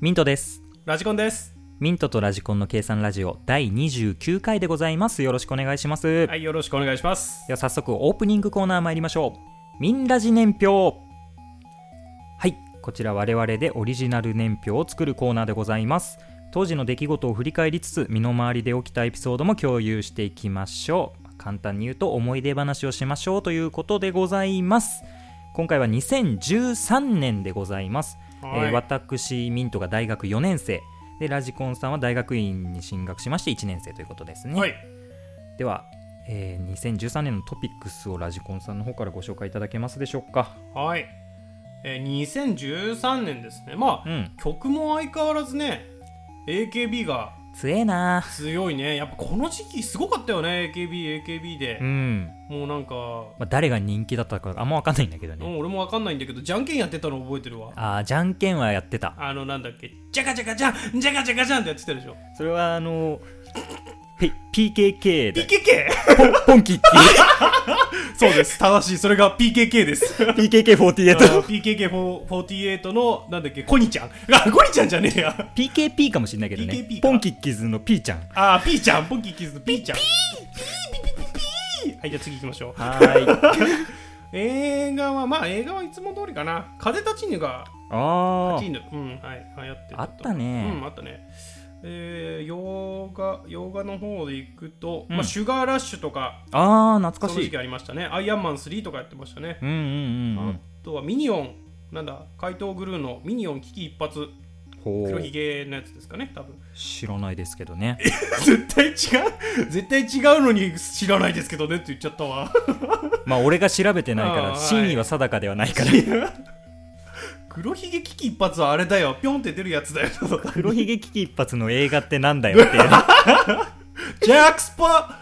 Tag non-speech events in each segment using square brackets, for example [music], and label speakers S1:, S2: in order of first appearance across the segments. S1: ミントです。
S2: ラジコンです。
S1: ミントとラジコンの計算ラジオ第29回でございます。よろしくお願いします。
S2: はい、よろしくお願いします。
S1: では早速オープニングコーナー参りましょうミンラジ年表はいこちら我々でオリジナル年表を作るコーナーでございます当時の出来事を振り返りつつ身の回りで起きたエピソードも共有していきましょう簡単に言うと思い出話をしましょうということでございます今回は2013年でございますえー
S2: はい
S1: 私ミントが大学4年生でラジコンさんは大学院に進学しまして1年生ということですね、
S2: はい、
S1: では、えー2013年のトピックスをラジコンさんの方からご紹介いただけますでしょうか
S2: はい。えー2013年ですね。まあ、
S1: うん
S2: 曲も相変わらずね、AKB が
S1: 強えな
S2: 強いね。やっぱこの時期すごかったよね、AKB、AKB で
S1: う。ん、
S2: もうなんか、も
S1: まあ、誰が人気だったかあんま分かんないんだけど
S2: う
S1: ね、
S2: 俺もわかんないんだけど、じゃんけんやってたの覚えてるわ。
S1: あーじゃんけんはやってた
S2: あの、なんだっけ、じゃかじゃかじゃん、じゃかじゃかじゃんってやってたでしょ。
S1: それはあ [laughs] のペ PKK で
S2: PKK!
S1: ポンキッ [laughs]
S2: そうです、正しい。それが PKK [laughs] です。
S1: キー PKK48
S2: PKK48 の、なんだっけ、コニちゃん。あ、コニちゃんじゃねえや。
S1: PKP かもしれないけどね
S2: PKP か
S1: ポンキッキーズの P ちゃん
S2: あー、ピーちゃん、ポンキーキーズのピーちゃん。ピーピーピーピーピーはい、じゃあ次行きましょう。
S1: はーい
S2: 映画は、まあ映画はいつも通りかな。風立ちぬが、
S1: あ
S2: 立ち
S1: ー
S2: ぬ。うん、はい、流行ってると
S1: あったね
S2: うん、あったね。えー、洋画、洋画の方で行くと、
S1: うん
S2: まあ、シュガーラッシュとか、
S1: あー
S2: そ
S1: 懐
S2: の
S1: かし
S2: 時
S1: い
S2: 期ありましたね。アイアンマン3とかやってましたね。
S1: うんうんうんう
S2: あ
S1: ん
S2: とはミニオン、なんだ、怪盗グルーのミニオン危機一発、
S1: ほ
S2: 黒ひ
S1: う
S2: げのやつですかね、多分。
S1: 知らないですけどね
S2: 絶対違う、絶対違うのに知らないですけどねって言っちゃったわ。
S1: まあ俺が調べてないか
S2: あーは
S1: ら
S2: い
S1: 真意は定かではない
S2: [laughs]
S1: から
S2: 黒ひげ危機一発はあれだよピョンって出るやつだよ
S1: 黒ひげ危機一髪の映画ってなんだよっていう
S2: ジャック・スパラ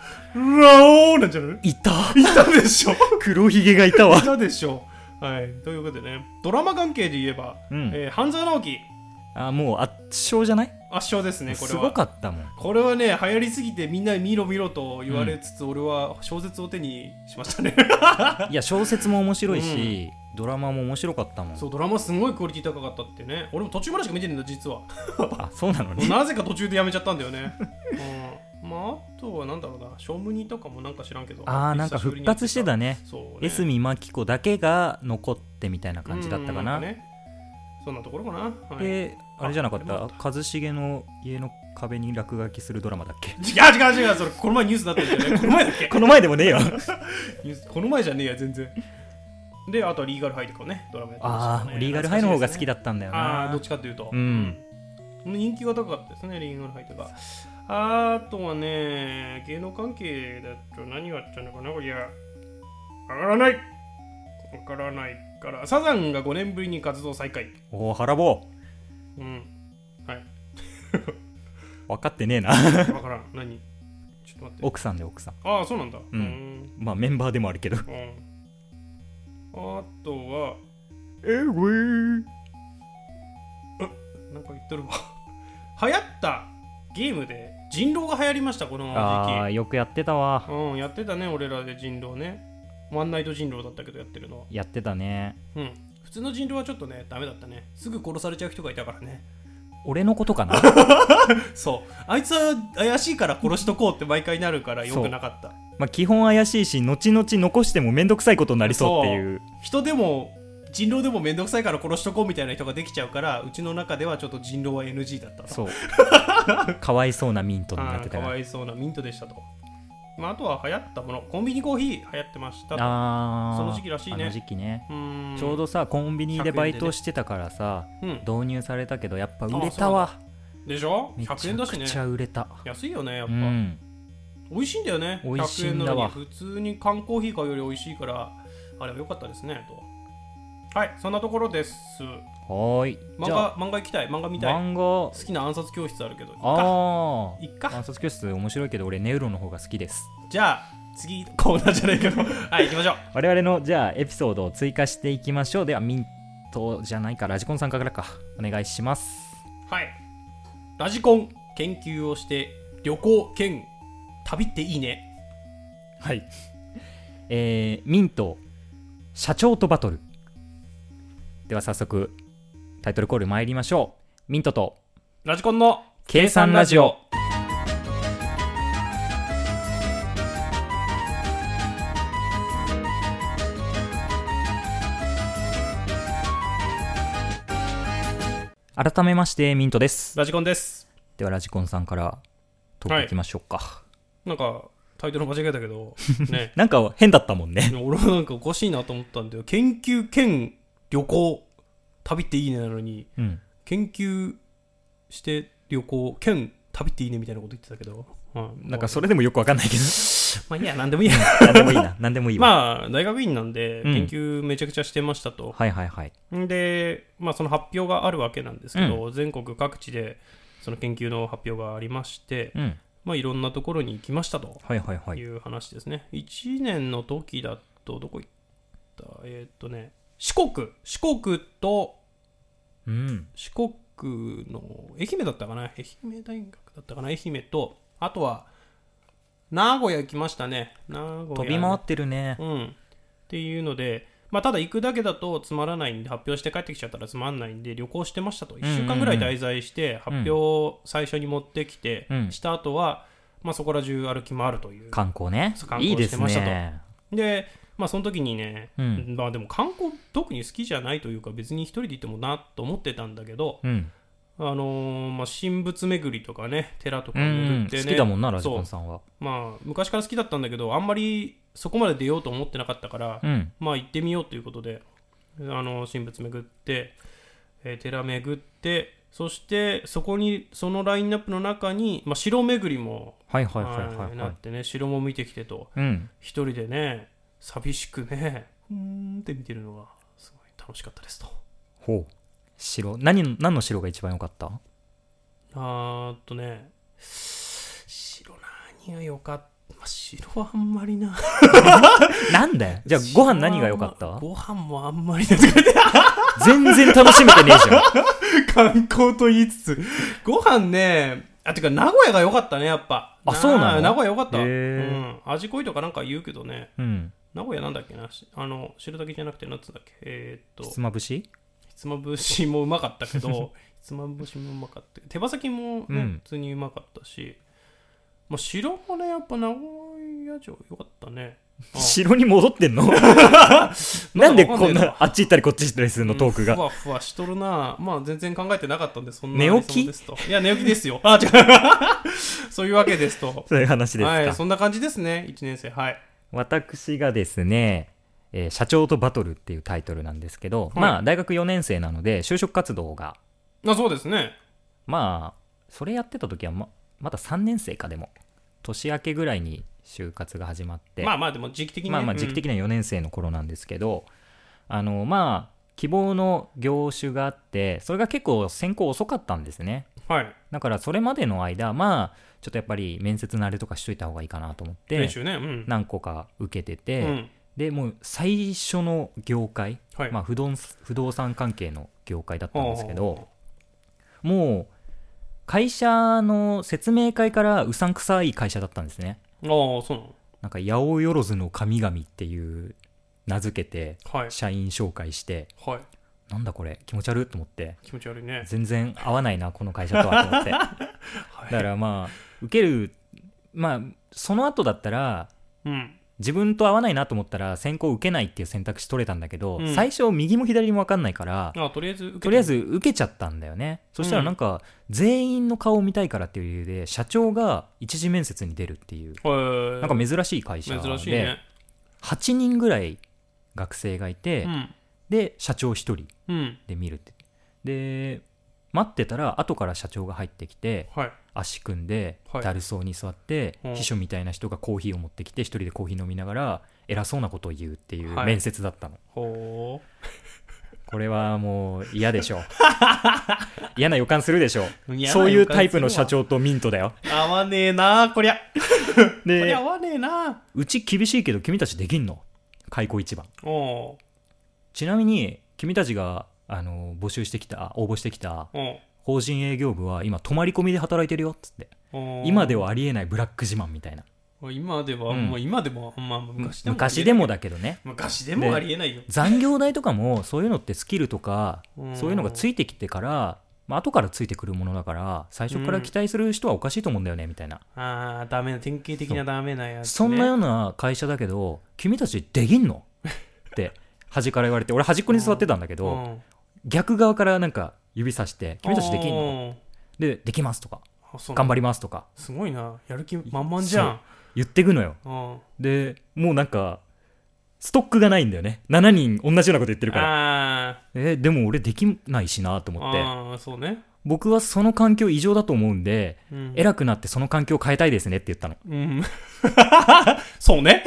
S2: オーなんじゃない
S1: いた
S2: いたでしょい
S1: 黒ひげがいたわ
S2: たでしょはいということでねドラマ関係で言えば、
S1: うん
S2: えー半沢直樹
S1: あもう圧勝じゃない、
S2: 圧勝ですねこれは
S1: すごかったもん
S2: これはね流行りすぎてみんなに見ろ見ろと言われつつ、俺は小説を手にしまし
S1: [laughs]
S2: たね
S1: いや小説も面白いし、ドラマも面白かったもん
S2: そうドラマすごいクオリティ高かったってね俺も途中までしか見てないんだ実は
S1: あそうなのね
S2: なぜか途中でやめちゃったんだよね、うん、まああとはなんだろうなショムニとかもなんか知らんけど
S1: ああなんか復活してたね
S2: そう
S1: 江
S2: ね
S1: 角真紀子だけが残ってみたいな感じだったかな
S2: うんんかねそんなところかな、はい、
S1: であれじゃなかっ
S2: あ
S1: た一茂の家の壁に落書きするドラマだっけ
S2: 違う違う違うそれこの前ニュースだったんじゃない [laughs] この前だっけ
S1: この前でもねえよ
S2: ニュースこの前じゃねえや全然であとはリーガルハイとかねドラマやってまし
S1: あ
S2: たね
S1: あリーガルハイの方が好き
S2: だ
S1: だったんだよ
S2: ああー
S1: な
S2: どっちかというと、
S1: うん
S2: 人気が高かったですねリーガルハイとかあとはね芸能関係だと何があったのかなこりゃわからないわからないからサザンが5年ぶりに活動再開
S1: おお腹棒
S2: うんはい
S1: 分かってねえな [laughs]
S2: わからん [laughs] 何ちょっと待って
S1: 奥さんで奥さん
S2: ああそうなんだ
S1: うん
S2: ん
S1: まあメンバーでもあるけど
S2: うんあとは、
S1: えー、
S2: なんか言ってるわ。 [laughs] 流行ったゲームで人狼が流行りました、この
S1: ああ
S2: 時
S1: よくやってたわ
S2: 期。うん、やってたね、俺らで人狼ね。ワンナイト人狼だったけどやってるのは。
S1: やってたね
S2: うん。普通の人狼はちょっとね、ダメだったね。すぐ殺されちゃう人がいたからね。
S1: 俺のことかな
S2: [laughs]
S1: [laughs]
S2: そう。あいつは怪しいから殺しとこうって毎回なるからよくなかった。
S1: まあ基本怪しいし後々残しても面倒くさいことになりそうっていう
S2: 人でも、人狼でもめんどくさいから殺しとこうみたいな人ができちゃうから、うちの中ではちょっと人狼は NG だったと。
S1: そう
S2: [laughs]
S1: かわいそうなミントになってた
S2: あーか
S1: な
S2: わいそうなミントでしたと、まあ、あとは流行ったものコンビニコーヒー流行ってましたと
S1: あー
S2: その時期らしいね
S1: あの時期ね、
S2: うーん
S1: ちょうどさコンビニでバイトしてたからさ、
S2: うん
S1: 導入されたけどやっぱ売れたわ
S2: でしょ
S1: めちゃ
S2: 100円だし
S1: く
S2: ね
S1: ちゃ売れた、
S2: 安いよねや
S1: う
S2: っぱ、
S1: ん
S2: 美味しいんだよね
S1: 美味しい
S2: 100円
S1: ん
S2: な
S1: だ
S2: の
S1: わ
S2: に普通に缶コーヒー買うより美味しいからあれは良かったですねとはいそんなところです
S1: はーい
S2: 漫
S1: じゃあ
S2: 画漫画行きたい漫画見たい
S1: 漫画
S2: 好きな暗殺教室あるけどいっか
S1: あ
S2: いっ
S1: あ
S2: か
S1: 暗殺教室面白いけど俺ネウロの方が好きです
S2: じゃあ次コーナーじゃないけど [laughs] はい行きましょう
S1: 我々のじゃあエピソードを追加していきましょうではミントじゃないかラジコンさんからかお願いします
S2: はい。ラジコン研究をして旅行兼旅っていいね。
S1: はいえー、ミント社長とバトルでは早速タイトルコール参りましょうミントと
S2: ラジコンの
S1: 計算ラジオ。改めましてミントです
S2: ラジコンです
S1: ではラジコンさんから取っていきましょうか、
S2: なんかタイトル間違えた
S1: [laughs]
S2: けどね
S1: なんか変だったもんね
S2: 俺はなんかおかしいなと思ったんだよ研究兼旅行旅っていいねなのに
S1: うん
S2: 研究して旅行兼旅っていいねみたいなこと言ってたけど、うん
S1: なんかそれでもよくわかんないけど
S2: まあいいや何でもいいや
S1: [laughs] 何でもいいな何でもいいわ、
S2: まあ大学院なんで
S1: うん
S2: 研究めちゃくちゃしてましたと、
S1: はいはいはい
S2: で、まあ、その発表があるわけなんですけど、全国各地でその研究の発表がありまして、
S1: うん
S2: まあ、いろんなところに行きましたと
S1: はいはいはいいう
S2: 話ですね、1年の時だとどこ行ったえーっとね四国四国と
S1: うん
S2: 四国の愛媛だったかな愛媛大学だったかな愛媛とあとは名古屋行きましたね名古屋
S1: 飛び回ってるね
S2: うん、っていうので、まあ、ただ行くだけだとつまらないんで発表して帰ってきちゃったらつまんないんで旅行してましたと
S1: んうんうん
S2: 1週間ぐらい滞在して発表を最初に持ってきて、
S1: うん
S2: した後は、まあ、そこら中歩き回るという
S1: 観光ね
S2: そう観
S1: いい
S2: 光
S1: で
S2: して
S1: す
S2: ましたと
S1: ね
S2: で、まあ、その時にね、
S1: うん
S2: まあでも観光特に好きじゃないというか別に一人で行ってもなと思ってたんだけど、
S1: うん
S2: あのーまあ、神仏巡りとかね寺とか
S1: うんう
S2: 巡
S1: ん、
S2: ってね、
S1: 好きだもんなラジコ
S2: そ
S1: ン
S2: う
S1: さんは
S2: まあ昔から好きだったんだけどあんまりそこまで出ようと思ってなかったから、
S1: うん
S2: まあ行ってみようということで、あの神仏巡って、えー寺巡って、そしてそこに、そのラインナップの中に、まあ、城巡りも、
S1: はいはいはいはいは
S2: なっ
S1: い
S2: てね、城も見てきてと、
S1: うん
S2: 一人でね、寂しくね、うーんって見てるのが、すごい楽しかったですと。
S1: ほう白何の何の白が一番良かった
S2: あーっとね、城何が良かったまあ、城はあんまりな。
S1: なんだよじゃあ [laughs] ご飯何が良かっ
S2: 城はあ
S1: た
S2: んまご飯もあんまりな。と [laughs] か言って
S1: [laughs] 全然楽しめてねえじゃん
S2: 観光と言いつつ、ご飯ね、あ、てか名古屋が良かったね、やっぱ。
S1: あそうなの
S2: あ名古屋良かった。
S1: へ
S2: う
S1: ー
S2: ん。味濃いとかなんか言うけどね、
S1: うん
S2: 名古屋なんだっけな、しあの、汁だけじゃなくて、なんつうんだっけ、えー、
S1: ひ
S2: っと
S1: つ、まぶし
S2: ひつまぶしもうまかった
S1: [laughs]
S2: けど、ひつまぶしもうまかった。手羽先もね、
S1: うん
S2: 普通にうまかったし、まあ、白もね、やっぱ名古屋城良かったね。あ
S1: 城に戻ってん
S2: [laughs]
S1: の [laughs] なんでこんなあっち行ったりこっち行ったりするのトーク
S2: うん
S1: が
S2: ふわふわしとるなまあ全然考えてなかったんでそんな
S1: 寝起き
S2: 理想ですといや寝起きですよあ違う [laughs] そういうわけですと
S1: そういう話です
S2: はい、
S1: か
S2: そんな感じですね、1年生。はい。
S1: 私がですね、えー社長とバトル」っていうタイトルなんですけど、
S2: はい
S1: まあ大学4年生なので就職活動が
S2: あそうですね。
S1: まあそれやってた時はままだ3年生かでも年明けぐらいに就活が始まって
S2: まあまあ、でも時期的に、ね。
S1: まあまあ時期的には4年生の頃なんですけど、あのまあ希望の業種があってそれが結構選考遅かったんですね
S2: うんはい。
S1: だからそれまでの間まあちょっとやっぱり面接のあれとかしといた方がいいかなと思って
S2: 練習ね。うん。
S1: 何個か受けてて、
S2: うん。
S1: でもう最初の業界、
S2: はい。
S1: まあ、不動不動産関係の業界だったんですけどもう会社の説明会からうさんくさい会社だったんですね
S2: ああ、そうなの。
S1: なんか八百万の神々っていう名付けて
S2: はい。
S1: 社員紹介して
S2: はい。
S1: なんだこれ気持ち悪いと思って
S2: 気持ち悪いね。
S1: 全然合わないなこの会社とはと思
S2: [laughs]
S1: ってだ
S2: はい。
S1: からまあ受けるまあその後だったら
S2: うん。
S1: 自分と合わないなと思ったら選考受けないっていう選択肢取れたんだけど、
S2: うん
S1: 最初右も左も分かんないから
S2: あとりあえず受けて
S1: とりあえず受けちゃったんだよねそしたらなんか全員の顔を見たいからっていう理由で社長が一次面接に出るっていう
S2: えー
S1: なんか珍しい会社で
S2: 珍しいね。
S1: 8人ぐらい学生がいて、
S2: うん。
S1: で社長1人
S2: うん。
S1: で見るってで待ってたら後から社長が入ってきて
S2: はい。
S1: 足組んで
S2: はい
S1: だるそうに座って、
S2: うん
S1: 秘書みたいな人がコーヒーを持ってきて一人でコーヒー飲みながら偉そうなことを言うっていう
S2: はい
S1: 面接だったの、
S2: ほ
S1: これはもう嫌でしょ
S2: [laughs]
S1: 嫌な予感するでしょ
S2: う。嫌な
S1: そういうタイプの社
S2: 予
S1: 長とミントだよ
S2: 感するわ。合わねえなこりゃ。こりゃ
S1: で
S2: 合わねえな
S1: うち厳しいけど君たちできんの開口一番
S2: お
S1: ちなみに君たちがあの募集してきた応募してきた
S2: うおう
S1: 法人営業部は今泊まり込みで働いてるよっつって
S2: おう
S1: 今ではありえないブラック自慢みたいな
S2: 今では、
S1: うん
S2: もう今でも、まあ、昔でも
S1: 昔でもだけどね
S2: 昔でもありえないよ、
S1: 残業代とかもそういうのってスキルとか
S2: うん
S1: そういうのがついてきてから、まあ後からついてくるものだから最初から期待する人はおかしいと思うんだよねみたいな、
S2: ああ、ダメな、典型的なダメなやつ、ね。
S1: そんなような会社だけど君たちできんのって端から言われて俺端っこに座ってたんだけ
S2: う
S1: ど
S2: ん
S1: 逆側からなんか指さして君たちできんのでできますとか
S2: あそう
S1: 頑張りますとか
S2: すごいな。やる気満々じゃん。
S1: 言ってくのよ
S2: うん
S1: でもうなんかストックがないんだよね7人同じようなこと言ってるから
S2: あ
S1: えーでも俺できないしなと
S2: ー
S1: 思って
S2: あー、そうね。
S1: 僕はその環境異常だと思うんで、
S2: うん
S1: 偉くなってその環境を変えたいですねって言ったの
S2: うん [laughs] そうね。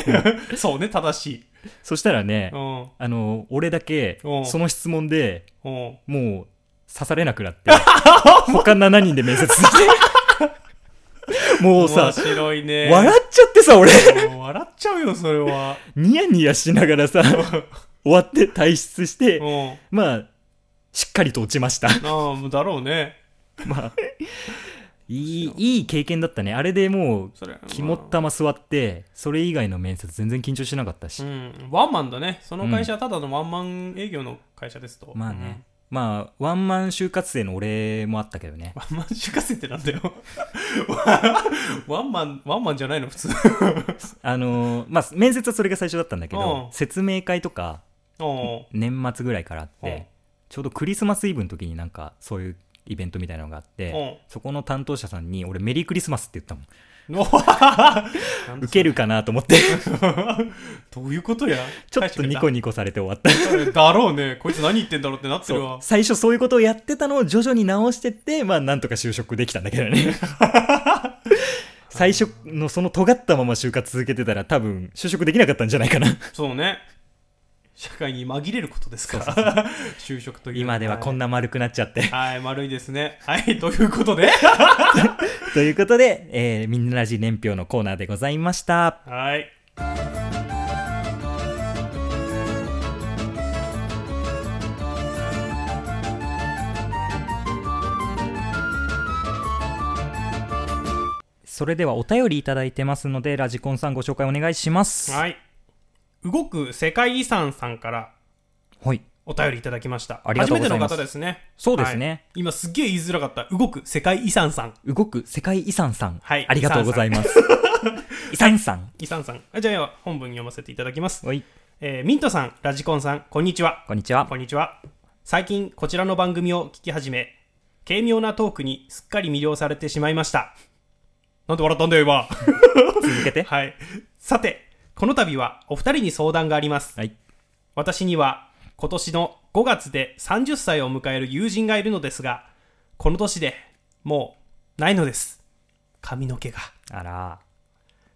S2: そうね、正しい。
S1: そしたらね、
S2: うん。
S1: あの俺だけ
S2: うん
S1: その質問で
S2: うん。
S1: もう刺されなくなっ
S2: [laughs]
S1: て他7人で面接してもうさ
S2: 面白いね。
S1: 笑っちゃってさ俺
S2: もう笑っちゃうよ、それは。
S1: ニヤニヤしながらさ終わって退出して
S2: うん。あ
S1: まあしっかりと落ちま
S2: [laughs]
S1: した
S2: あ、もうだろうね。
S1: まあいいいい経験だったねあれでもう
S2: それ。
S1: 肝っ玉座ってそれ以外の面接全然緊張しなかったし、
S2: うん、ワンマンだね。その会社はただのワンマン営業の会社ですと。
S1: まあね、まあワンマン就活生の俺もあったけどね
S2: うん。ワンマン就活生ってなんだよ。 [laughs] ワンマン、ワンマンじゃないの普通。
S1: あのーまあ面接はそれが最初だったんだけど
S2: うん
S1: 説明会とか
S2: おう
S1: 年末ぐらいからあっ
S2: うん
S1: てちょうどクリスマスイブの時になんかそういうイベントみたいなのがあって
S2: う
S1: そこの担当者さんに俺メリークリスマスって言ったもん
S2: のなんだ
S1: ウケるかなと思って
S2: [laughs] どういうことや
S1: ちょっとニコニコされて終わった
S2: だろうね。こいつ何言ってんだろうってなってる
S1: そう
S2: わ。
S1: 最初そういうことをやってたのを徐々に直してってまあなんとか就職できたんだけどね最初のその尖ったまま就活続けてたら多分就職できなかったんじゃないかな
S2: そうね。社会に紛れることですから。就職という。
S1: [laughs] 今ではこん
S2: な。
S1: な丸くなっちゃって
S2: はい、丸いですね。はい、ということで。
S1: [laughs] ということで、えーみんならじ年表のコーナーでございました
S2: はい。
S1: それではお便りいただいてますのでラジコンさんご紹介お願いしますはい、
S2: はい。動く世界遺産さんからお便りいただきました。
S1: ありがとうございます
S2: 初めての方ですね。
S1: そうですね
S2: はい今すっげえ言いづらかった。動く世界遺産さん。
S1: 動く世界遺産さん、
S2: はい
S1: ありがとうございます遺産さん
S2: 遺産さん。あじゃあ本文読ませていただきます。
S1: はい
S2: えーミントさん、ラジコンさん、こんにちは。
S1: こんにちは
S2: こんにちは。最近こちらの番組を聞き始め、軽妙なトークにすっかり魅了されてしまいました。なんで笑ったんだよ、今。
S1: 続けて
S2: はい。さて、この度はお二人に相談があります。
S1: はい
S2: 私には今年の5月で30歳を迎える友人がいるのですがこの年でもうないのです髪の毛が
S1: あら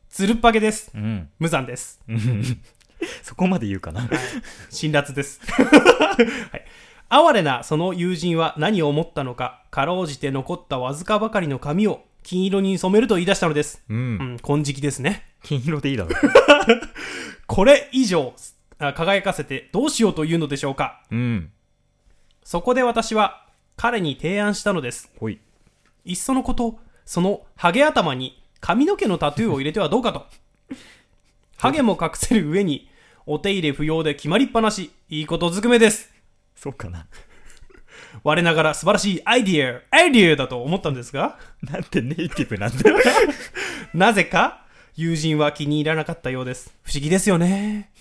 S2: つるっぱげです
S1: うん
S2: 無残です
S1: そこまで言うかな。
S2: 辛辣です、 [laughs] はい、哀れなその友人は何を思ったのかかろうじて残ったわずかばかりの髪を金色に染めると言い出したのです
S1: う。
S2: うんん金色ですね
S1: 金色でいいだろ
S2: これ以上あ輝かせてどうしようというのでしょうか
S1: う。うん。
S2: そこで私は彼に提案したのです
S1: ほい。
S2: いっそのこと、そのハゲ頭に髪の毛のタトゥーを入れてはどうかと。ハゲも隠せる上に、お手入れ不要で決まりっぱなし、いいことずくめです。
S1: そうかな。
S2: 我ながら素晴らしいアイディア、アイディアだと思ったんですが、
S1: なんてネイティブなんだよ。
S2: なぜか友人は気に入らなかったようです。不思議ですよね。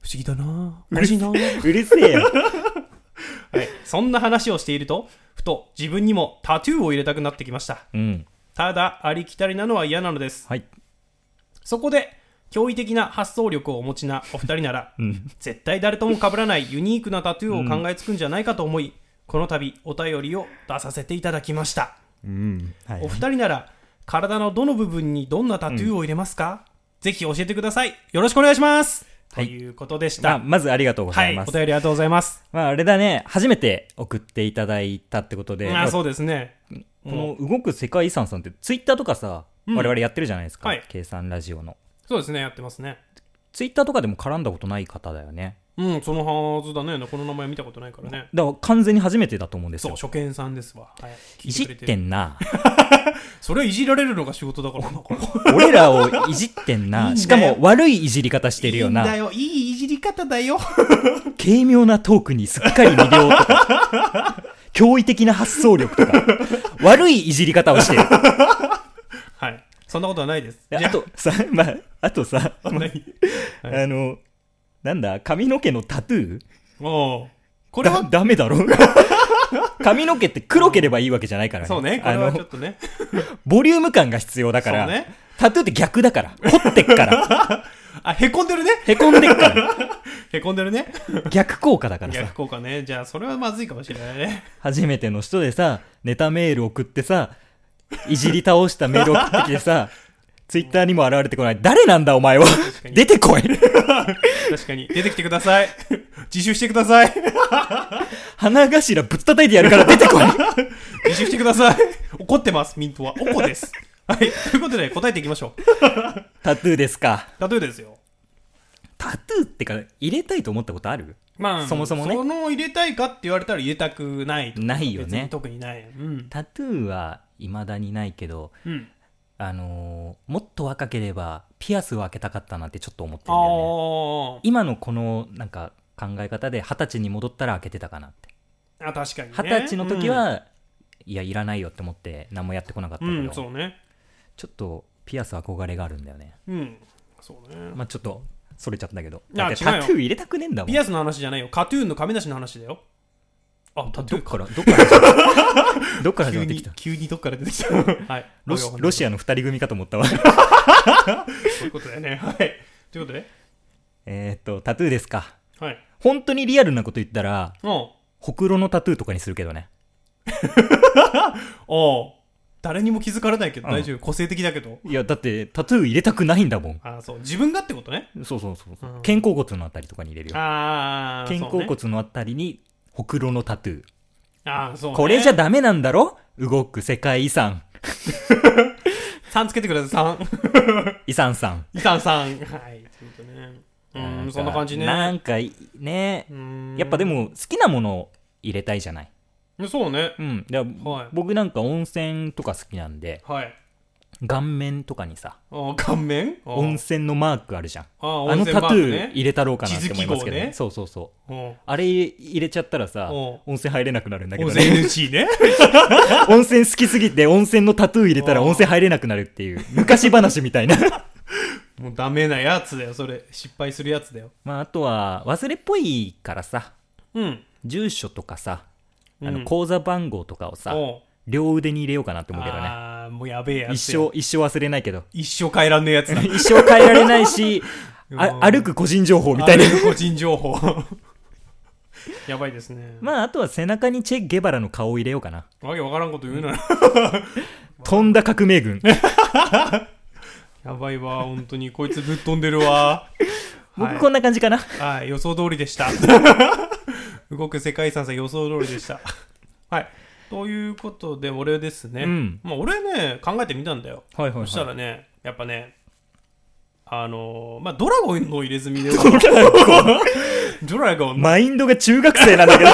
S2: 不思議だなおかしいな
S1: うるせえよ。
S2: はい。そんな話をしていると、ふと自分にもタトゥーを入れたくなってきました。
S1: うん。
S2: ただ、ありきたりなのは嫌なのです。
S1: はい。
S2: そこで驚異的な発想力をお持ちなお二人なら、
S1: ん
S2: 絶対誰とも被らないユニークなタトゥーを考えつくんじゃないかと思い、この度お便りを出させていただきました、
S1: うん。は
S2: お二人なら体のどの部分にどんなタトゥーを入れますか、ぜひ教えてくださいよろしくお願いします、
S1: はい
S2: ということでし
S1: まあ、
S2: た
S1: まずありがとうござ
S2: はいいお
S1: ます。
S2: 便りありがとうございます
S1: まあ、あれだね。初めて送っていただいたってことで。
S2: あ
S1: まあ
S2: ーそうですね
S1: この動く世界遺産さんって、ツイッターとかさ、
S2: ん
S1: 我々やってるじゃないですか
S2: はい。
S1: 計算ラジオの。
S2: そうですねやってますね
S1: ツイッターとかでも絡んだことない方だよね。
S2: うんそのはずだねこの名前見たことないからね
S1: だから完全に初めてだと思うんです
S2: そう
S1: よ。
S2: 初見さんですわ、はい、
S1: いじ
S2: 聞
S1: っ
S2: いくれ
S1: てんな。 [laughs]
S2: それはいじられるのが仕事だからなこれ
S1: 俺らをいじってん
S2: いいんだ
S1: な。
S2: よ
S1: しかも悪いいじり方してるよ
S2: いいんだ
S1: な。
S2: よいいいじり方だよ [laughs]
S1: 軽妙なトークにすっかり魅了とか。驚異的な発想力とか悪いいじり方をしてる
S2: はい。そんなことはないです。
S1: であとさ、まあ、あとさ、
S2: あ、何はい
S1: あのなんだ髪の毛のタトゥー
S2: おうこれ
S1: だ
S2: は、
S1: ダメだろ [laughs] 髪の毛って黒ければいいわけじゃないからね
S2: そうね、こ
S1: あ
S2: れはちょ
S1: の
S2: っとね。
S1: ボリューム感が必要だか
S2: そう
S1: ら、
S2: ね。
S1: タトゥーって逆だから凝ってっから
S2: あ、へこんでるね。
S1: へこんでっから
S2: へこんでるね。
S1: 逆効果だからさ
S2: 逆効果ね。じゃあ、それはまずいかもしれないね。 [laughs]
S1: 初めての人でさネタメール送ってさいじり倒したメール送ってきてさツイッターにも現れてこない誰なんだお前は
S2: かに
S1: 出てこい
S2: 確かに。出てきてください。自習してください。
S1: 鼻頭ぶったたいてやるから出てこい
S2: 自習してください。怒ってます、ミントは。おこです。はい。ということで、答えていきましょう。
S1: タトゥーですか
S2: 例えばですよ。
S1: タトゥーってか入れたいと思ったことある
S2: ま
S1: そもそもね
S2: その入れたいかって言われたら入れたくないとか
S1: ないよね
S2: 別に特にない。うん。
S1: タトゥーは未だにないけど
S2: うん。
S1: あのーもっと若ければピアスを開けたかったなってちょっと思ってるんだよね
S2: あ
S1: 今のこのなんか考え方で二十歳に戻ったら開けてたかなって
S2: あ。あ、確かにね。
S1: 二十歳の時は、いやいらないよって思って何もやってこなかった
S2: う
S1: けど、
S2: ん、うん、そうね。
S1: ちょっとピアス憧れがあるんだよね
S2: うん。そうね。
S1: まあちょっとそれちゃったけど
S2: いや
S1: だって
S2: 違うよ
S1: タトゥー入れたくねえんだもん
S2: ピアスの話じゃないよ。カトゥーンの亀梨の話だよ。あ、タ
S1: ど
S2: トゥ
S1: っ
S2: ー
S1: からどっから始まっ
S2: [laughs]
S1: たどっから始ま
S2: 急
S1: ってき
S2: に
S1: た、
S2: 急にどっから出てき [laughs] た。はい。
S1: ロシロシアの二人組かと思ったわ [laughs]
S2: ア。そういうことだよね。 [laughs] はい。ということで。
S1: えーっとタトゥーですか
S2: はい。
S1: 本当にリアルなこと言ったら
S2: うん。
S1: ほくろのタトゥーとかにするけどね
S2: おう誰にも気づかれないけど
S1: うん
S2: 大丈夫。個性的だけど。
S1: いやだってタトゥー入れたくないんだもん
S2: あそう。自分がってことね。
S1: そうそうそうそう
S2: うん
S1: 肩甲骨のあたりとかに入れるよ
S2: ああ。
S1: 肩甲
S2: そうね
S1: 骨のあたりにほくろのタトゥー
S2: ああ、そう、ね。
S1: これじゃダメなんだろ動く世界遺産
S2: 3つけてください、3。
S1: 遺産さん
S2: イさん [laughs] さん。はい。そういうことね。う
S1: なん
S2: ん、
S1: か
S2: そんな感じね。
S1: なんかいね
S2: うん
S1: やっぱで。も好きなものを入れたいじゃない
S2: そうね。
S1: うんだから
S2: はい。
S1: 僕なんか温泉とか好きなんで
S2: はい。
S1: 顔面とかにさ
S2: あ顔面あ
S1: 温泉のマークあるじゃん
S2: あ
S1: あのタトゥー
S2: ー。
S1: 入れたろうかなって思いますけど、
S2: 地図記号ね
S1: そうそうそう
S2: うん
S1: あれ入れちゃったらさ
S2: おう
S1: 温泉入れなくなるんだけ
S2: 温
S1: ど
S2: 泉
S1: ね
S2: NG ね。 [laughs]
S1: [laughs] 温泉好きすぎて温泉のタトゥー入れたら
S2: おう
S1: 温泉入れなくなるっていう昔話みたいな
S2: もうダメなやつだよ、それ。失敗するやつだよ。
S1: [laughs] まああとは忘れっぽいからさ
S2: うん。
S1: 住所とかさあ
S2: う
S1: の
S2: ん
S1: 口座番号とかをさ、
S2: おう
S1: 両腕に入れようかなって思うけどね
S2: ああ、もうやべえやつ。
S1: 一生。一生忘れないけど [laughs]
S2: 一生変えらんねえやつだ。
S1: 一生変えられないしあ
S2: うん
S1: 歩く個人情報みたいな
S2: あれ個人
S1: [laughs]
S2: 情報。やばいですね。
S1: まああとは背中にチェ・ゲバラの顔を入れようか [laughs] な
S2: わけわからんこと言うな。
S1: 飛んだ革命軍
S2: やばいわ、本当に。こいつぶっ飛んで
S1: [laughs]
S2: るわ。
S1: [laughs] 僕こんな感じかな、
S2: はい、予想通り
S1: [laughs]
S2: でした。動く世界遺産さん予想通りでした。はい。ということで、俺ですね。
S1: うん
S2: まあ、俺ね、考えてみたんだよ。
S1: はいはい
S2: そした
S1: は
S2: らね、やっぱね、あのーまあ、ドラゴンの入れ
S1: [laughs]
S2: 墨で、ドラゴ
S1: い [laughs]
S2: ン
S1: マインドが中学生なんだ [laughs] けど
S2: い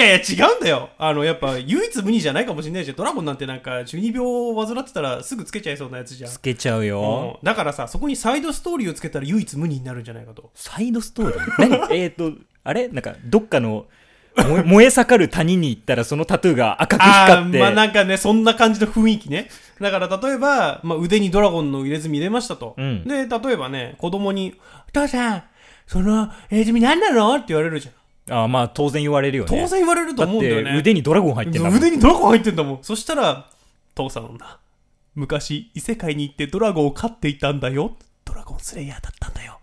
S2: やいや、違うんだよ。あの、やっぱ、唯一無二じゃないかもしれないし、ドラゴンなんてなんか、12秒を患ってたらすぐつけちゃいそうなやつじゃん。
S1: つけちゃうよ、
S2: うんだからさ、そこにサイドストーリーをつけたら唯一無二になるんじゃないか
S1: [laughs]
S2: と。
S1: サイドストーリ
S2: [laughs]
S1: ー何えっ、ー、とあれなんかどっかの燃え [laughs] 燃え盛る谷に行ったらそのタトゥーが赤く
S2: あ
S1: 光っ
S2: ー
S1: て、
S2: まあなんかね、そんな感じの雰囲気ね。だから例えば、まあ、腕にドラゴンの入れ墨入れましたと。
S1: うん
S2: で、例えばね、子供に、お父さん、その入れ墨何なのって言われるじゃん。
S1: あーまあ当然言われるよね
S2: 当然言われると
S1: だっ
S2: 思うんだよね。
S1: て腕にドラゴン入ってんだもん
S2: [laughs] 腕にドラゴン入ってんだもん。そしたら、父さんだ。昔、異世界に行ってドラゴンを飼っていたんだよ。ドラゴンスレイヤーだったんだよ。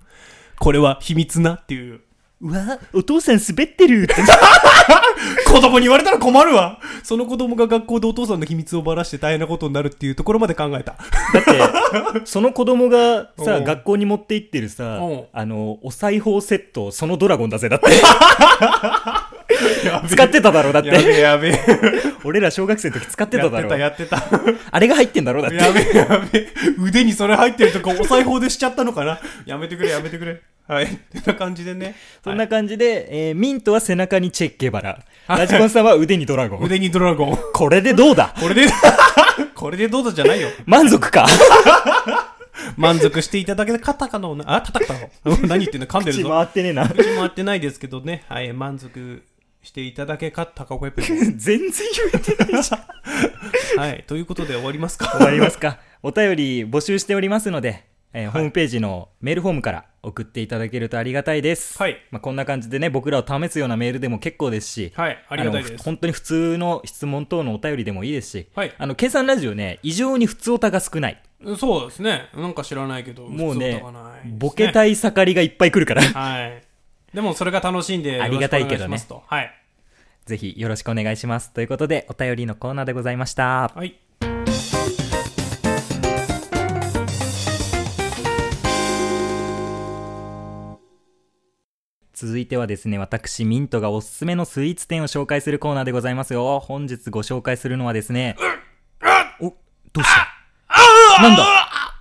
S2: これは秘密なっていう。
S1: うわお父さん滑ってるって [laughs]
S2: 子供に言われたら困るわその子供が学校でお父さんの秘密をばらして大変なことになるっていうところまで考えた。
S1: だってその子供が
S2: う
S1: さ
S2: ん
S1: 学校に持って行ってるさ
S2: うん
S1: あのお裁縫セットそのドラゴンだぜだって
S2: [laughs] やべえ
S1: 使ってただろだっ
S2: やべ
S1: て
S2: えやべえ。
S1: 俺ら小学生の時使ってただろ
S2: やってた、やって。
S1: あれが入ってんだろだったて
S2: やべえやべえ。腕にそれ入ってるとかお裁縫でしちゃったのかなやめてくれやめてくれ。 [laughs] はい。ってな感じでね。
S1: そん
S2: はい
S1: な感じで、えーミントは背中にチェッケバララジコンさんは腕にドラゴン
S2: 腕にドラゴン。
S1: これでどうだ
S2: これで、 [laughs] これでどうぞじゃないよ。
S1: 満足か
S2: 満足していただけたかのな、 [laughs] あ、叩くたの。何言ってんの噛んでる
S1: 口
S2: ぞ。
S1: 回ってねえな
S2: 口回ってないですけどね。はい、満足していただけか、高岡ペペ [laughs]
S1: 全然言えてないじゃん
S2: はい、ということで終わりますか。
S1: 終わりますかお便り募集しておりますので、えー
S2: い
S1: ホームページのメールフォームから送っていただけるとありがたいです、
S2: はい、
S1: まあ、こんな感じでね僕らを試すようなメールでも結構ですし、
S2: はい、ありがたいで
S1: の
S2: す。
S1: 本当に普通の質問等のお便りでもいいですし、
S2: はい
S1: あの計算ラジオね異常に普通おたが少ない
S2: そうですね。なんか知らないけど、
S1: もう
S2: 普
S1: ね
S2: 通とかないですね
S1: ボケたい盛りがいっぱい来るから
S2: はい。でもそれが楽しいんで、
S1: ありがたいけどね
S2: よろしくお願いしますとはい。
S1: ぜひよろしくお願いしますということでお便りのコーナーでございました
S2: はい。
S1: 続いてはですね、私、ミントがおすすめのスイーツ店を紹介するコーナーでございますよ。本日ご紹介するのはですね、お、どうしたなんだ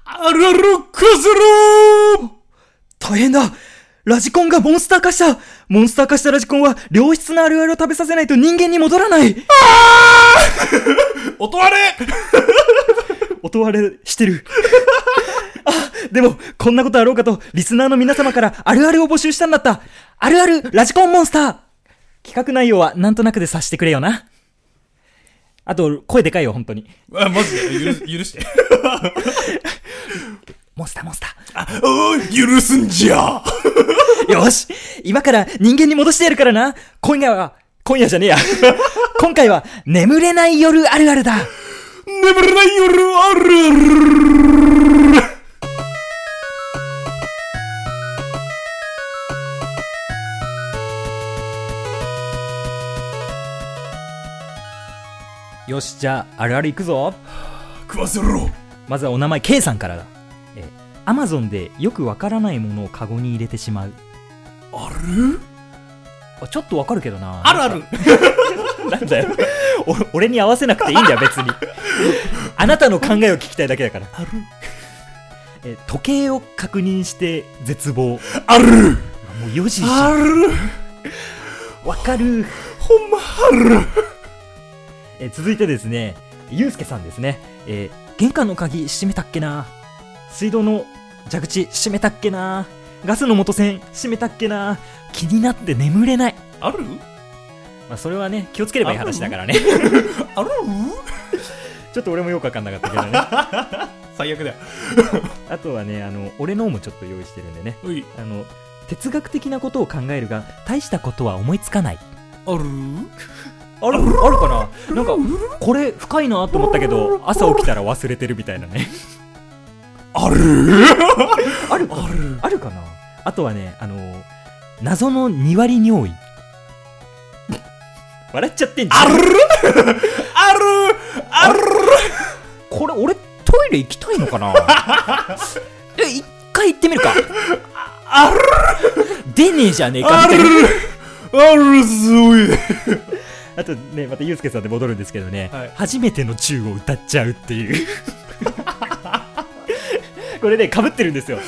S2: あるあるクズロー
S1: 大変だラジコンがモンスター化したモンスター化したラジコンは良質なあるあるを食べさせないと人間に戻らない
S2: 音割れ
S1: 音割れしてる。あ、でも、こんなことあろうかと、リスナーの皆様からあるあるを募集したんだったあるあるラジコンモンスター企画内容はなんとなくで察してくれよな。あと、声でかいよ、本当に。
S2: あ、マジで許許 [laughs] して。
S1: モンスターモンスター。
S2: お許すんじゃ
S1: よし今から人間に戻してやるからな今夜は、今夜じゃねえや。今回は、眠れない夜あるあるだ
S2: 眠れない夜ある
S1: よし、じゃあ、あるある行くぞ
S2: 食わせろ
S1: まずはお名前 K さんからだ。えー、Amazon でよくわからないものをカゴに入れてしまう。
S2: ある
S1: あちょっとわかるけどな。
S2: あるある
S1: なんだよ。お俺に合わせなくていいんだよ、別
S2: [laughs]
S1: に。あなたの考えを聞きたいだけだから。
S2: ある
S1: えー時計を確認して絶望。も
S2: ある
S1: う4時
S2: ある
S1: わかる。
S2: ほんまある
S1: えー続いてですね、ゆうすけさんですね。えー玄関の鍵閉めたっけな水道の蛇口閉めたっけなガスの元栓閉めたっけな気になって眠れない。
S2: ある
S1: まあ、それはね、気をつければいい話だからね。
S2: ある
S1: [laughs] ちょっと俺もよくわかんなかったけどね。
S2: 最悪だよ。
S1: あとはね、あの、俺のもちょっと用意してるんでね。
S2: おい。
S1: あの、哲学的なことを考えるが、大したことは思いつかない。
S2: ある
S1: ある、あるかななんか、これ深いなと思ったけど、朝起きたら忘れてるみたいなね。
S2: ある
S1: あるあるあるかなあとはね、あの、謎の2割尿意。 [laughs] 笑っちゃってんじゃん。
S2: あるある
S1: これ、俺、トイレ行きたいの
S2: [laughs]
S1: かなえ、一回行ってみるか。
S2: ある
S1: 出ねえじゃねえかみ
S2: あ
S1: たいな。
S2: るあるすごいね
S1: あとね、またユうスケさんで戻るんですけどね、
S2: はい
S1: 初めての宙を歌っちゃうっていう。 [laughs] これね、かぶってるんですよ。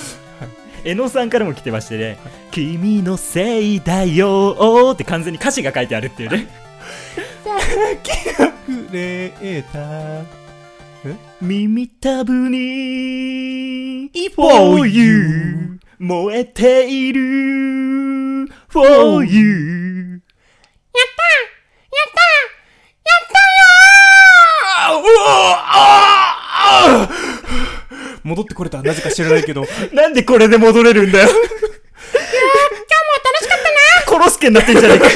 S1: えのさんからも来てましてね、君のせいだよーって完全に歌詞が書いてあるっていうね、
S2: くれた
S1: 耳たぶに
S2: For
S1: For
S2: you
S1: you 燃えている For you
S2: あうわああ戻ってこれたなぜか知らないけど
S1: なんでこれで戻れるんだよいや今日も楽しかったなコロスケになってんじ [laughs] ゃねえか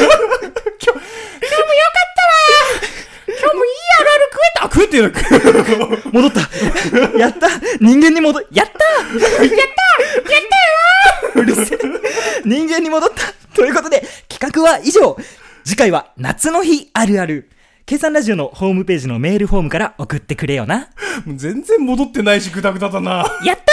S2: あ食えてる
S1: 戻ったやった人間に戻やったやったやったようるせえ人間に戻ったということで、企画は以上次回は夏の日あるある計算ラジオのホームページのメールフォームから送ってくれよな
S2: もう全然戻ってないしグダグダだな
S1: やった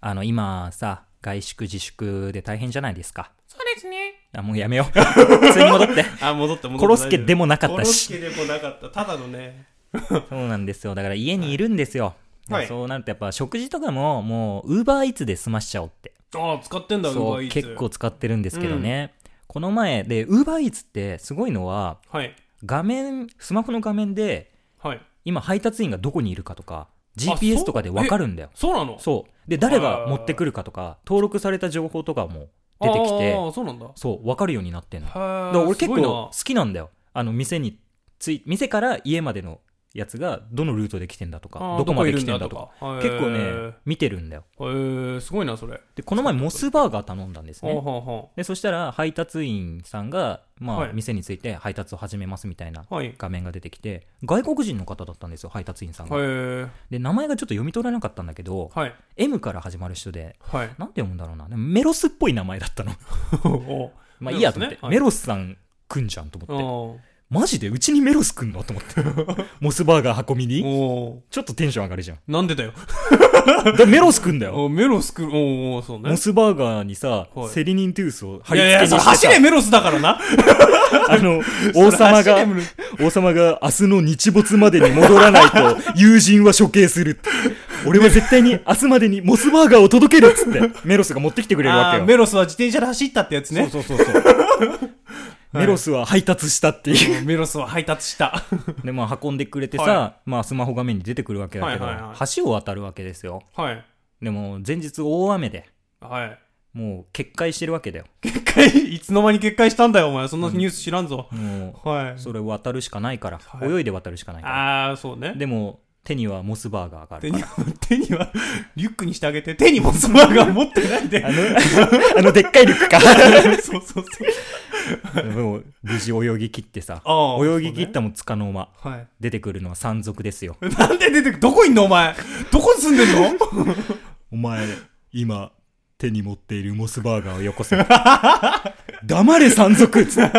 S1: あの、今さ、外宿自粛で大変じゃないですか。
S2: そうですね
S1: あ、もうやめよ
S2: [laughs]
S1: う。普通に戻って。
S2: あ戻った戻った
S1: コロスケでもなかったし
S2: コロスケでもなかったただのね
S1: そうなんですよ。だから家にいるんですよ。
S2: はい
S1: そうなるとやっぱ食事とかももうウーバーイーツで済ましちゃおうって。
S2: あ使ってんだ
S1: そう
S2: Uber Eats
S1: 結構使ってるんですけどね。この前でウーバーイーツってすごいのは
S2: はい
S1: 画面、スマホの画面で
S2: はい
S1: 今配達員がどこにいるかとか GPS とかで分かるんだよ
S2: そうなの
S1: そうで誰が持ってくるかとか登録された情報とかも出てきて
S2: ああそうなんだは
S1: そう分かるようになってんのだか
S2: あ
S1: ら俺結構好きなんだよあの店につい店から家までのやつがどのルートで来てんだとかどこまで来てんだとか
S2: か
S1: 結構ね見てるんだよ
S2: へーすごいなそれ、
S1: でこの前モスバーガー頼んだんです
S2: はあ
S1: ね
S2: はあは
S1: でそしたら配達員さんが、まあ
S2: はい
S1: 店について配達を始めますみたいな
S2: あはいへ
S1: 画面が出てきて外国人の方だったんですよ配達員さんが、
S2: ー
S1: で名前がちょっと読み取れなかったんだけど、
S2: はい
S1: M から始まる人で
S2: [laughs] はい
S1: なんて読むんだろうなでもメロスっぽい名前だったの [laughs]
S2: お
S1: まあいいやと思って、
S2: メロスねはい
S1: メロスさん来んじゃんと思って
S2: お
S1: マジでうちにメロス来んのと思って
S2: [laughs]
S1: モスバーガー運びに
S2: お
S1: ちょっとテンション上がるじゃん
S2: なんでだよ
S1: でメロス来んだよ
S2: おメロスくるおおそうね
S1: モスバーガーにさ、
S2: はい
S1: セリニントゥースを貼
S2: い
S1: り
S2: やい
S1: 付け
S2: や
S1: に
S2: それ
S1: して
S2: 走
S1: さ
S2: れメロスだから [laughs] な
S1: あの、王様
S2: それ走れ
S1: が
S2: メロ、
S1: 王様が明日の日没までに戻らないと友人は処刑する。俺は絶対に明日までにモスバーガーを届けるっつって、メロスが持ってきてくれるわ
S2: あ
S1: け
S2: ー
S1: よ。
S2: メロスは自転車で走ったってやつね
S1: そうそうそう
S2: [laughs]
S1: そう。メロスは配達したっていう。
S2: メロスは配達した。
S1: で、まあ運んでくれてさ、
S2: は
S1: まあスマホ画面に出てくるわけだけど、
S2: はいはいはい
S1: 橋を渡るわけですよ。
S2: [laughs] はい。
S1: でも前日大雨で、
S2: はい。
S1: もう決壊してるわけだよ。
S2: 決壊、いつの間に決壊したんだよ、お前。そんなニュース知らんぞ。
S1: も
S2: は
S1: う、
S2: い。
S1: それを渡るしかないから、
S2: はい
S1: 泳いで渡るしかないか
S2: ああ、そうね
S1: ら。。でも、手にはモスバーガーがある
S2: 手。に、手には、 [laughs] リュックにしてあげて、手にモスバーガー持ってないで [laughs]
S1: あ。の、あ [laughs] のでっかいリュックか。 [laughs]
S2: そうそうそう。
S1: もう無事泳ぎ切ってさ。
S2: ああ
S1: 泳ぎ切ったもつかの間。
S2: そうねはい。
S1: 出てくるのは山賊ですよ。
S2: [laughs] なんで出てくどこいんのお前。どこに住んでんの
S1: お前、今、手に持っているモスバーガーをよこせ。 [laughs] 黙れ山賊つって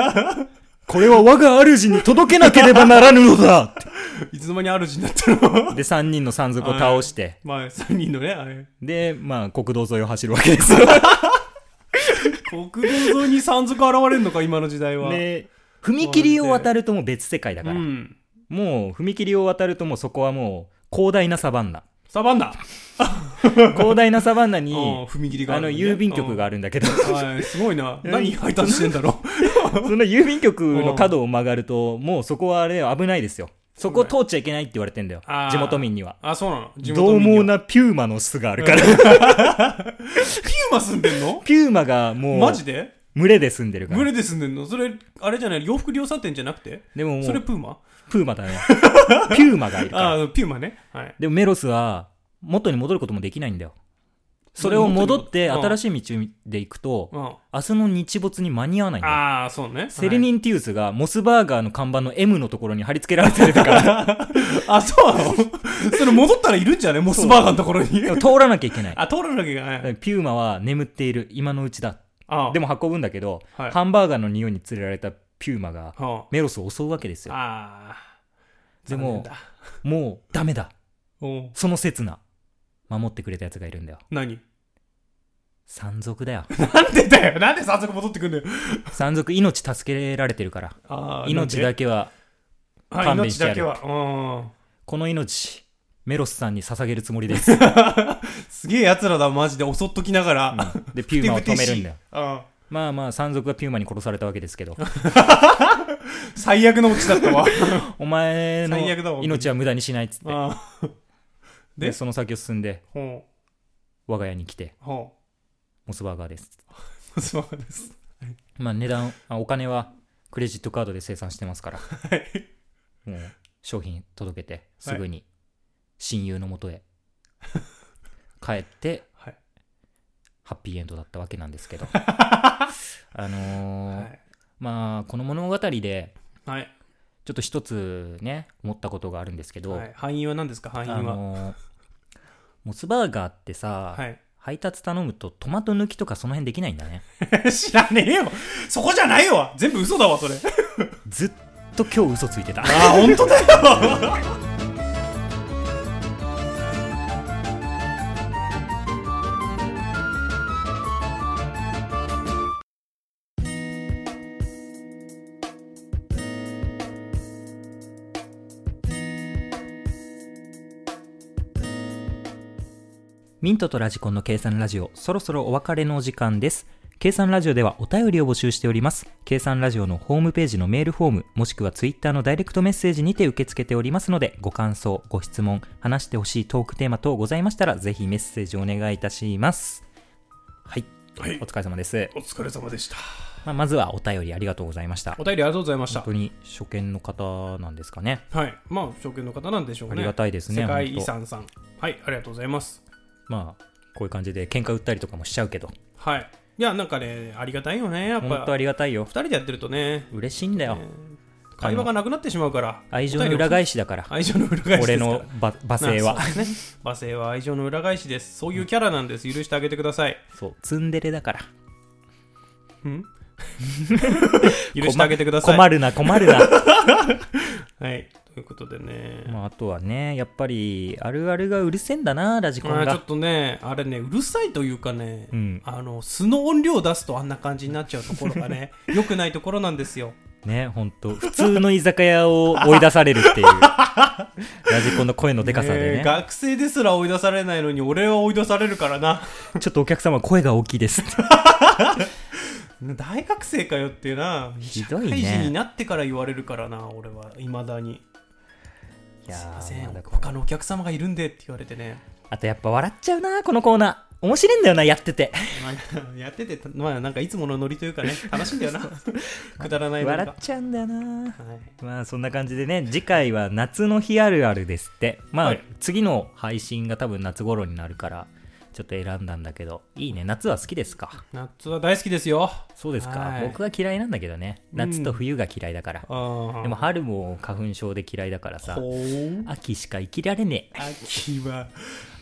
S1: これは我が主に届けなければならぬのだって
S2: [laughs] いつの間に主になったの
S1: で、3人の山賊を倒して、
S2: [laughs] まあ、3人のね、あれ。
S1: で、まあ、国道沿いを走るわけですよ。
S2: 国道沿いに山賊現れるのか、今の時代は。
S1: で、踏切を渡るともう別世界だ
S2: う
S1: から。
S2: ん。
S1: もう、踏切を渡るともうそこはもう、広大なサバン
S2: [laughs]
S1: ナ。
S2: サバンナ。
S1: 広大なサバンナ
S2: う
S1: に、
S2: ん、踏切が
S1: あ
S2: る
S1: の
S2: ね
S1: 郵便局があるんだけど、
S2: はい、すごい [laughs] な。
S1: うん
S2: 何配達してんだろう。
S1: その郵便局の角を曲がると、もうそこはあれ危ないですよ。そこ通っちゃいけないって言われてんだよ
S2: あ。ー
S1: 地元民には。
S2: [laughs] あ、そうなの地
S1: 獰
S2: 民には
S1: 猛なピューマの巣があるから。
S2: ピューマ住んでんの
S1: ピューマがもう、
S2: マジで
S1: 群れで住んでるか
S2: 群
S1: ら。
S2: れで住んでんのそれ、あれじゃない洋服量産店じゃなくて
S1: でもも
S2: それ
S1: う、
S2: プーマ
S1: プーマ
S2: [laughs]
S1: だね。ピューマがいるか
S2: あ
S1: ら。
S2: あ、ピューマね。はい。
S1: でもメロスは、元に戻ることもできないんだよ。それを戻って、
S2: 元に戻
S1: 新しい道で行くと、
S2: うん、
S1: 明日の日没に間に合わないんだよ。
S2: ああ、そうね。
S1: セレニンティウスが、モスバーガーの看板の M のところに貼り付けられてるから、
S2: はいあ、そうなの [laughs] それ戻ったらいるんじゃねモスバーガーのところに
S1: で。も通らなきゃいけない。
S2: あ、通らなきゃいけない。
S1: ピューマは眠っている今のうちだ
S2: あ
S1: で
S2: も、
S1: も運ぶんだけど、
S2: はい。
S1: ハンバーガーの匂いに連れられたピューマが
S2: は
S1: メロスを襲うわけです
S2: あ
S1: よ
S2: あー。
S1: でも
S2: 残念だ、
S1: もうダメだ
S2: おう
S1: その刹那守ってくれたやつがいるんだよ
S2: 何 [laughs]
S1: 山賊だよ
S2: なんでだよなんで早速戻ってくんだよ
S1: 山賊命助けられてるから
S2: あ
S1: [laughs]
S2: ー
S1: 命
S2: なん
S1: だけは
S2: であ
S1: 勘弁し
S2: 命
S1: てや
S2: だ
S1: る
S2: けは。うん。
S1: この命メロスさんに捧げるつもりです、
S2: [laughs]
S1: うん
S2: すげえ奴らだ、マジで。襲っときながら。
S1: でピューマを止めるんだよ
S2: うん。
S1: まあまあ山賊がピューマに殺されたわけです
S2: [laughs]
S1: けど
S2: 最悪のオチだっ
S1: [laughs]
S2: たわ。
S1: お前の
S2: 最悪だわ
S1: 命は無駄にしないっつって
S2: ああ
S1: で
S2: で
S1: その先を進んで
S2: ほ
S1: 我が家に来て
S2: う。ほ
S1: モスバーガーです
S2: う。スマホです。
S1: まあ値段あお金はクレジットカードで生産してます
S2: [laughs]
S1: からもう商品届けてすぐに親友のもと
S2: [laughs]
S1: へ帰って、
S2: はい
S1: ハッピーエンドだったわけなんですけ
S2: [laughs]
S1: どあのー
S2: はい。
S1: まあこの物語で
S2: はい。
S1: ちょっと一つね思ったことがあるんですけど、
S2: はい。範囲は何ですか範囲
S1: あ
S2: は。
S1: のーモスバーガーってさ、
S2: はい。
S1: 配達頼むとトマト抜きとかその辺できないんだね
S2: [laughs] 知らねえよそこじゃないわ全部嘘だわ、それ。
S1: ずっと今日嘘ついてた [laughs]
S2: ああ、本当だよ
S1: ミントとラジコンの計算ラジオ、そろそろお別れのお時間です。計算ラジオではお便りを募集しております。計算ラジオのホームページのメールフォーム、もしくはツイッターのダイレクトメッセージにて受け付けておりますので、ご感想、ご質問、話してほしいトークテーマ等ございましたら、ぜひメッセージお願いいたします。はい。
S2: はい
S1: お疲れ様です。
S2: [laughs] お疲れ様でした
S1: まあまずはお便りありがとうございました。
S2: お便りありがとうございました
S1: 本当に初見の方なんですかね。
S2: はいまあ証券の方なんでしょう
S1: あ
S2: ね
S1: りがたいですね。
S2: 世界遺
S1: 本
S2: 産さんはいありがとうございます
S1: 当まあ、こういう感じで喧嘩売ったりとかもしちゃうけど、
S2: はいいやなんかねありがたいよねやっ
S1: 本当
S2: ぱ
S1: ありがたいよ
S2: 二。人でやってるとね
S1: 嬉しいんだよ。
S2: ね会話がなくなってしまうから
S1: 愛情の裏
S2: し
S1: 返しだから。
S2: 愛情の裏返し
S1: 俺
S2: ですから
S1: のば罵声は
S2: まあ [laughs] そうですね罵声は愛情の裏返しですそういうキャラなんです許してあげてください
S1: そうツンデレだから
S2: ん許してあげてください
S1: 困るな困るな、 [laughs]
S2: はいということでね、
S1: まあ、あとはねやっぱりあるあるがうるせえんだなラジコ
S2: あ
S1: ン
S2: ーちょ
S1: が
S2: っとねあれねうるさいというかね、
S1: うん
S2: あの素の音量を出すとあんな感じになっちゃうところ
S1: [laughs]
S2: がね良くないところなんですよ
S1: ね本当普通の居酒屋を追い出されるって
S2: [laughs]
S1: いうラジコンの声のでかさ
S2: ね
S1: で
S2: え
S1: ね
S2: 学生ですら追い出されないのに俺は追い出されるからな [laughs]
S1: ちょっとお客様声が大きいですって
S2: 大学生かよっていうな
S1: ひどい
S2: 社会人に
S1: ね
S2: なってから言われるからな俺はいまだに
S1: いや
S2: すいませ
S1: ー
S2: ん、
S1: まだこ
S2: 他のお客様がいるんでって言われてね [laughs]
S1: あとやっぱ笑っちゃうなこのコーナー面白いんだよなやってて
S2: まあやっててまあなんかいつものノリというかね楽しいんだ
S1: [laughs]
S2: よな [laughs] くだらないのが
S1: 笑っちゃうんだよな
S2: はい、
S1: まあそんな感じでね次回は夏の日あるあるですってまあ、
S2: はい
S1: 次の配信が多分夏頃になるからちょっと選んだんだけどいいね夏は好きですか
S2: 夏は大好きですよ
S1: そうですか
S2: はい
S1: 僕は嫌いなんだけどね夏と冬が嫌いだから、
S2: あ
S1: でも春も花粉症で嫌いだからさ
S2: ほう
S1: 秋しか生きられねえ
S2: 秋は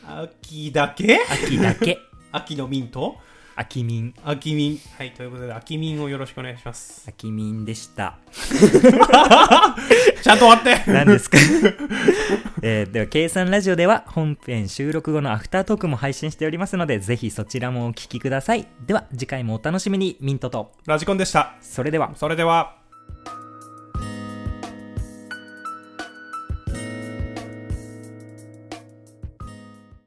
S2: 秋だけ
S1: 秋だ [laughs] け
S2: 秋の民と
S1: 秋民
S2: 秋民はいということで秋民をよろしくお願いします
S1: 秋民でした
S2: ちゃんと終わって
S1: 何ですか、 [laughs] えーでは計算ラジオでは本編収録後のアフタートークも配信しておりますのでぜひそちらもお聞きくださいでは次回もお楽しみにミントと
S2: ラジコンでした
S1: それでは
S2: それでは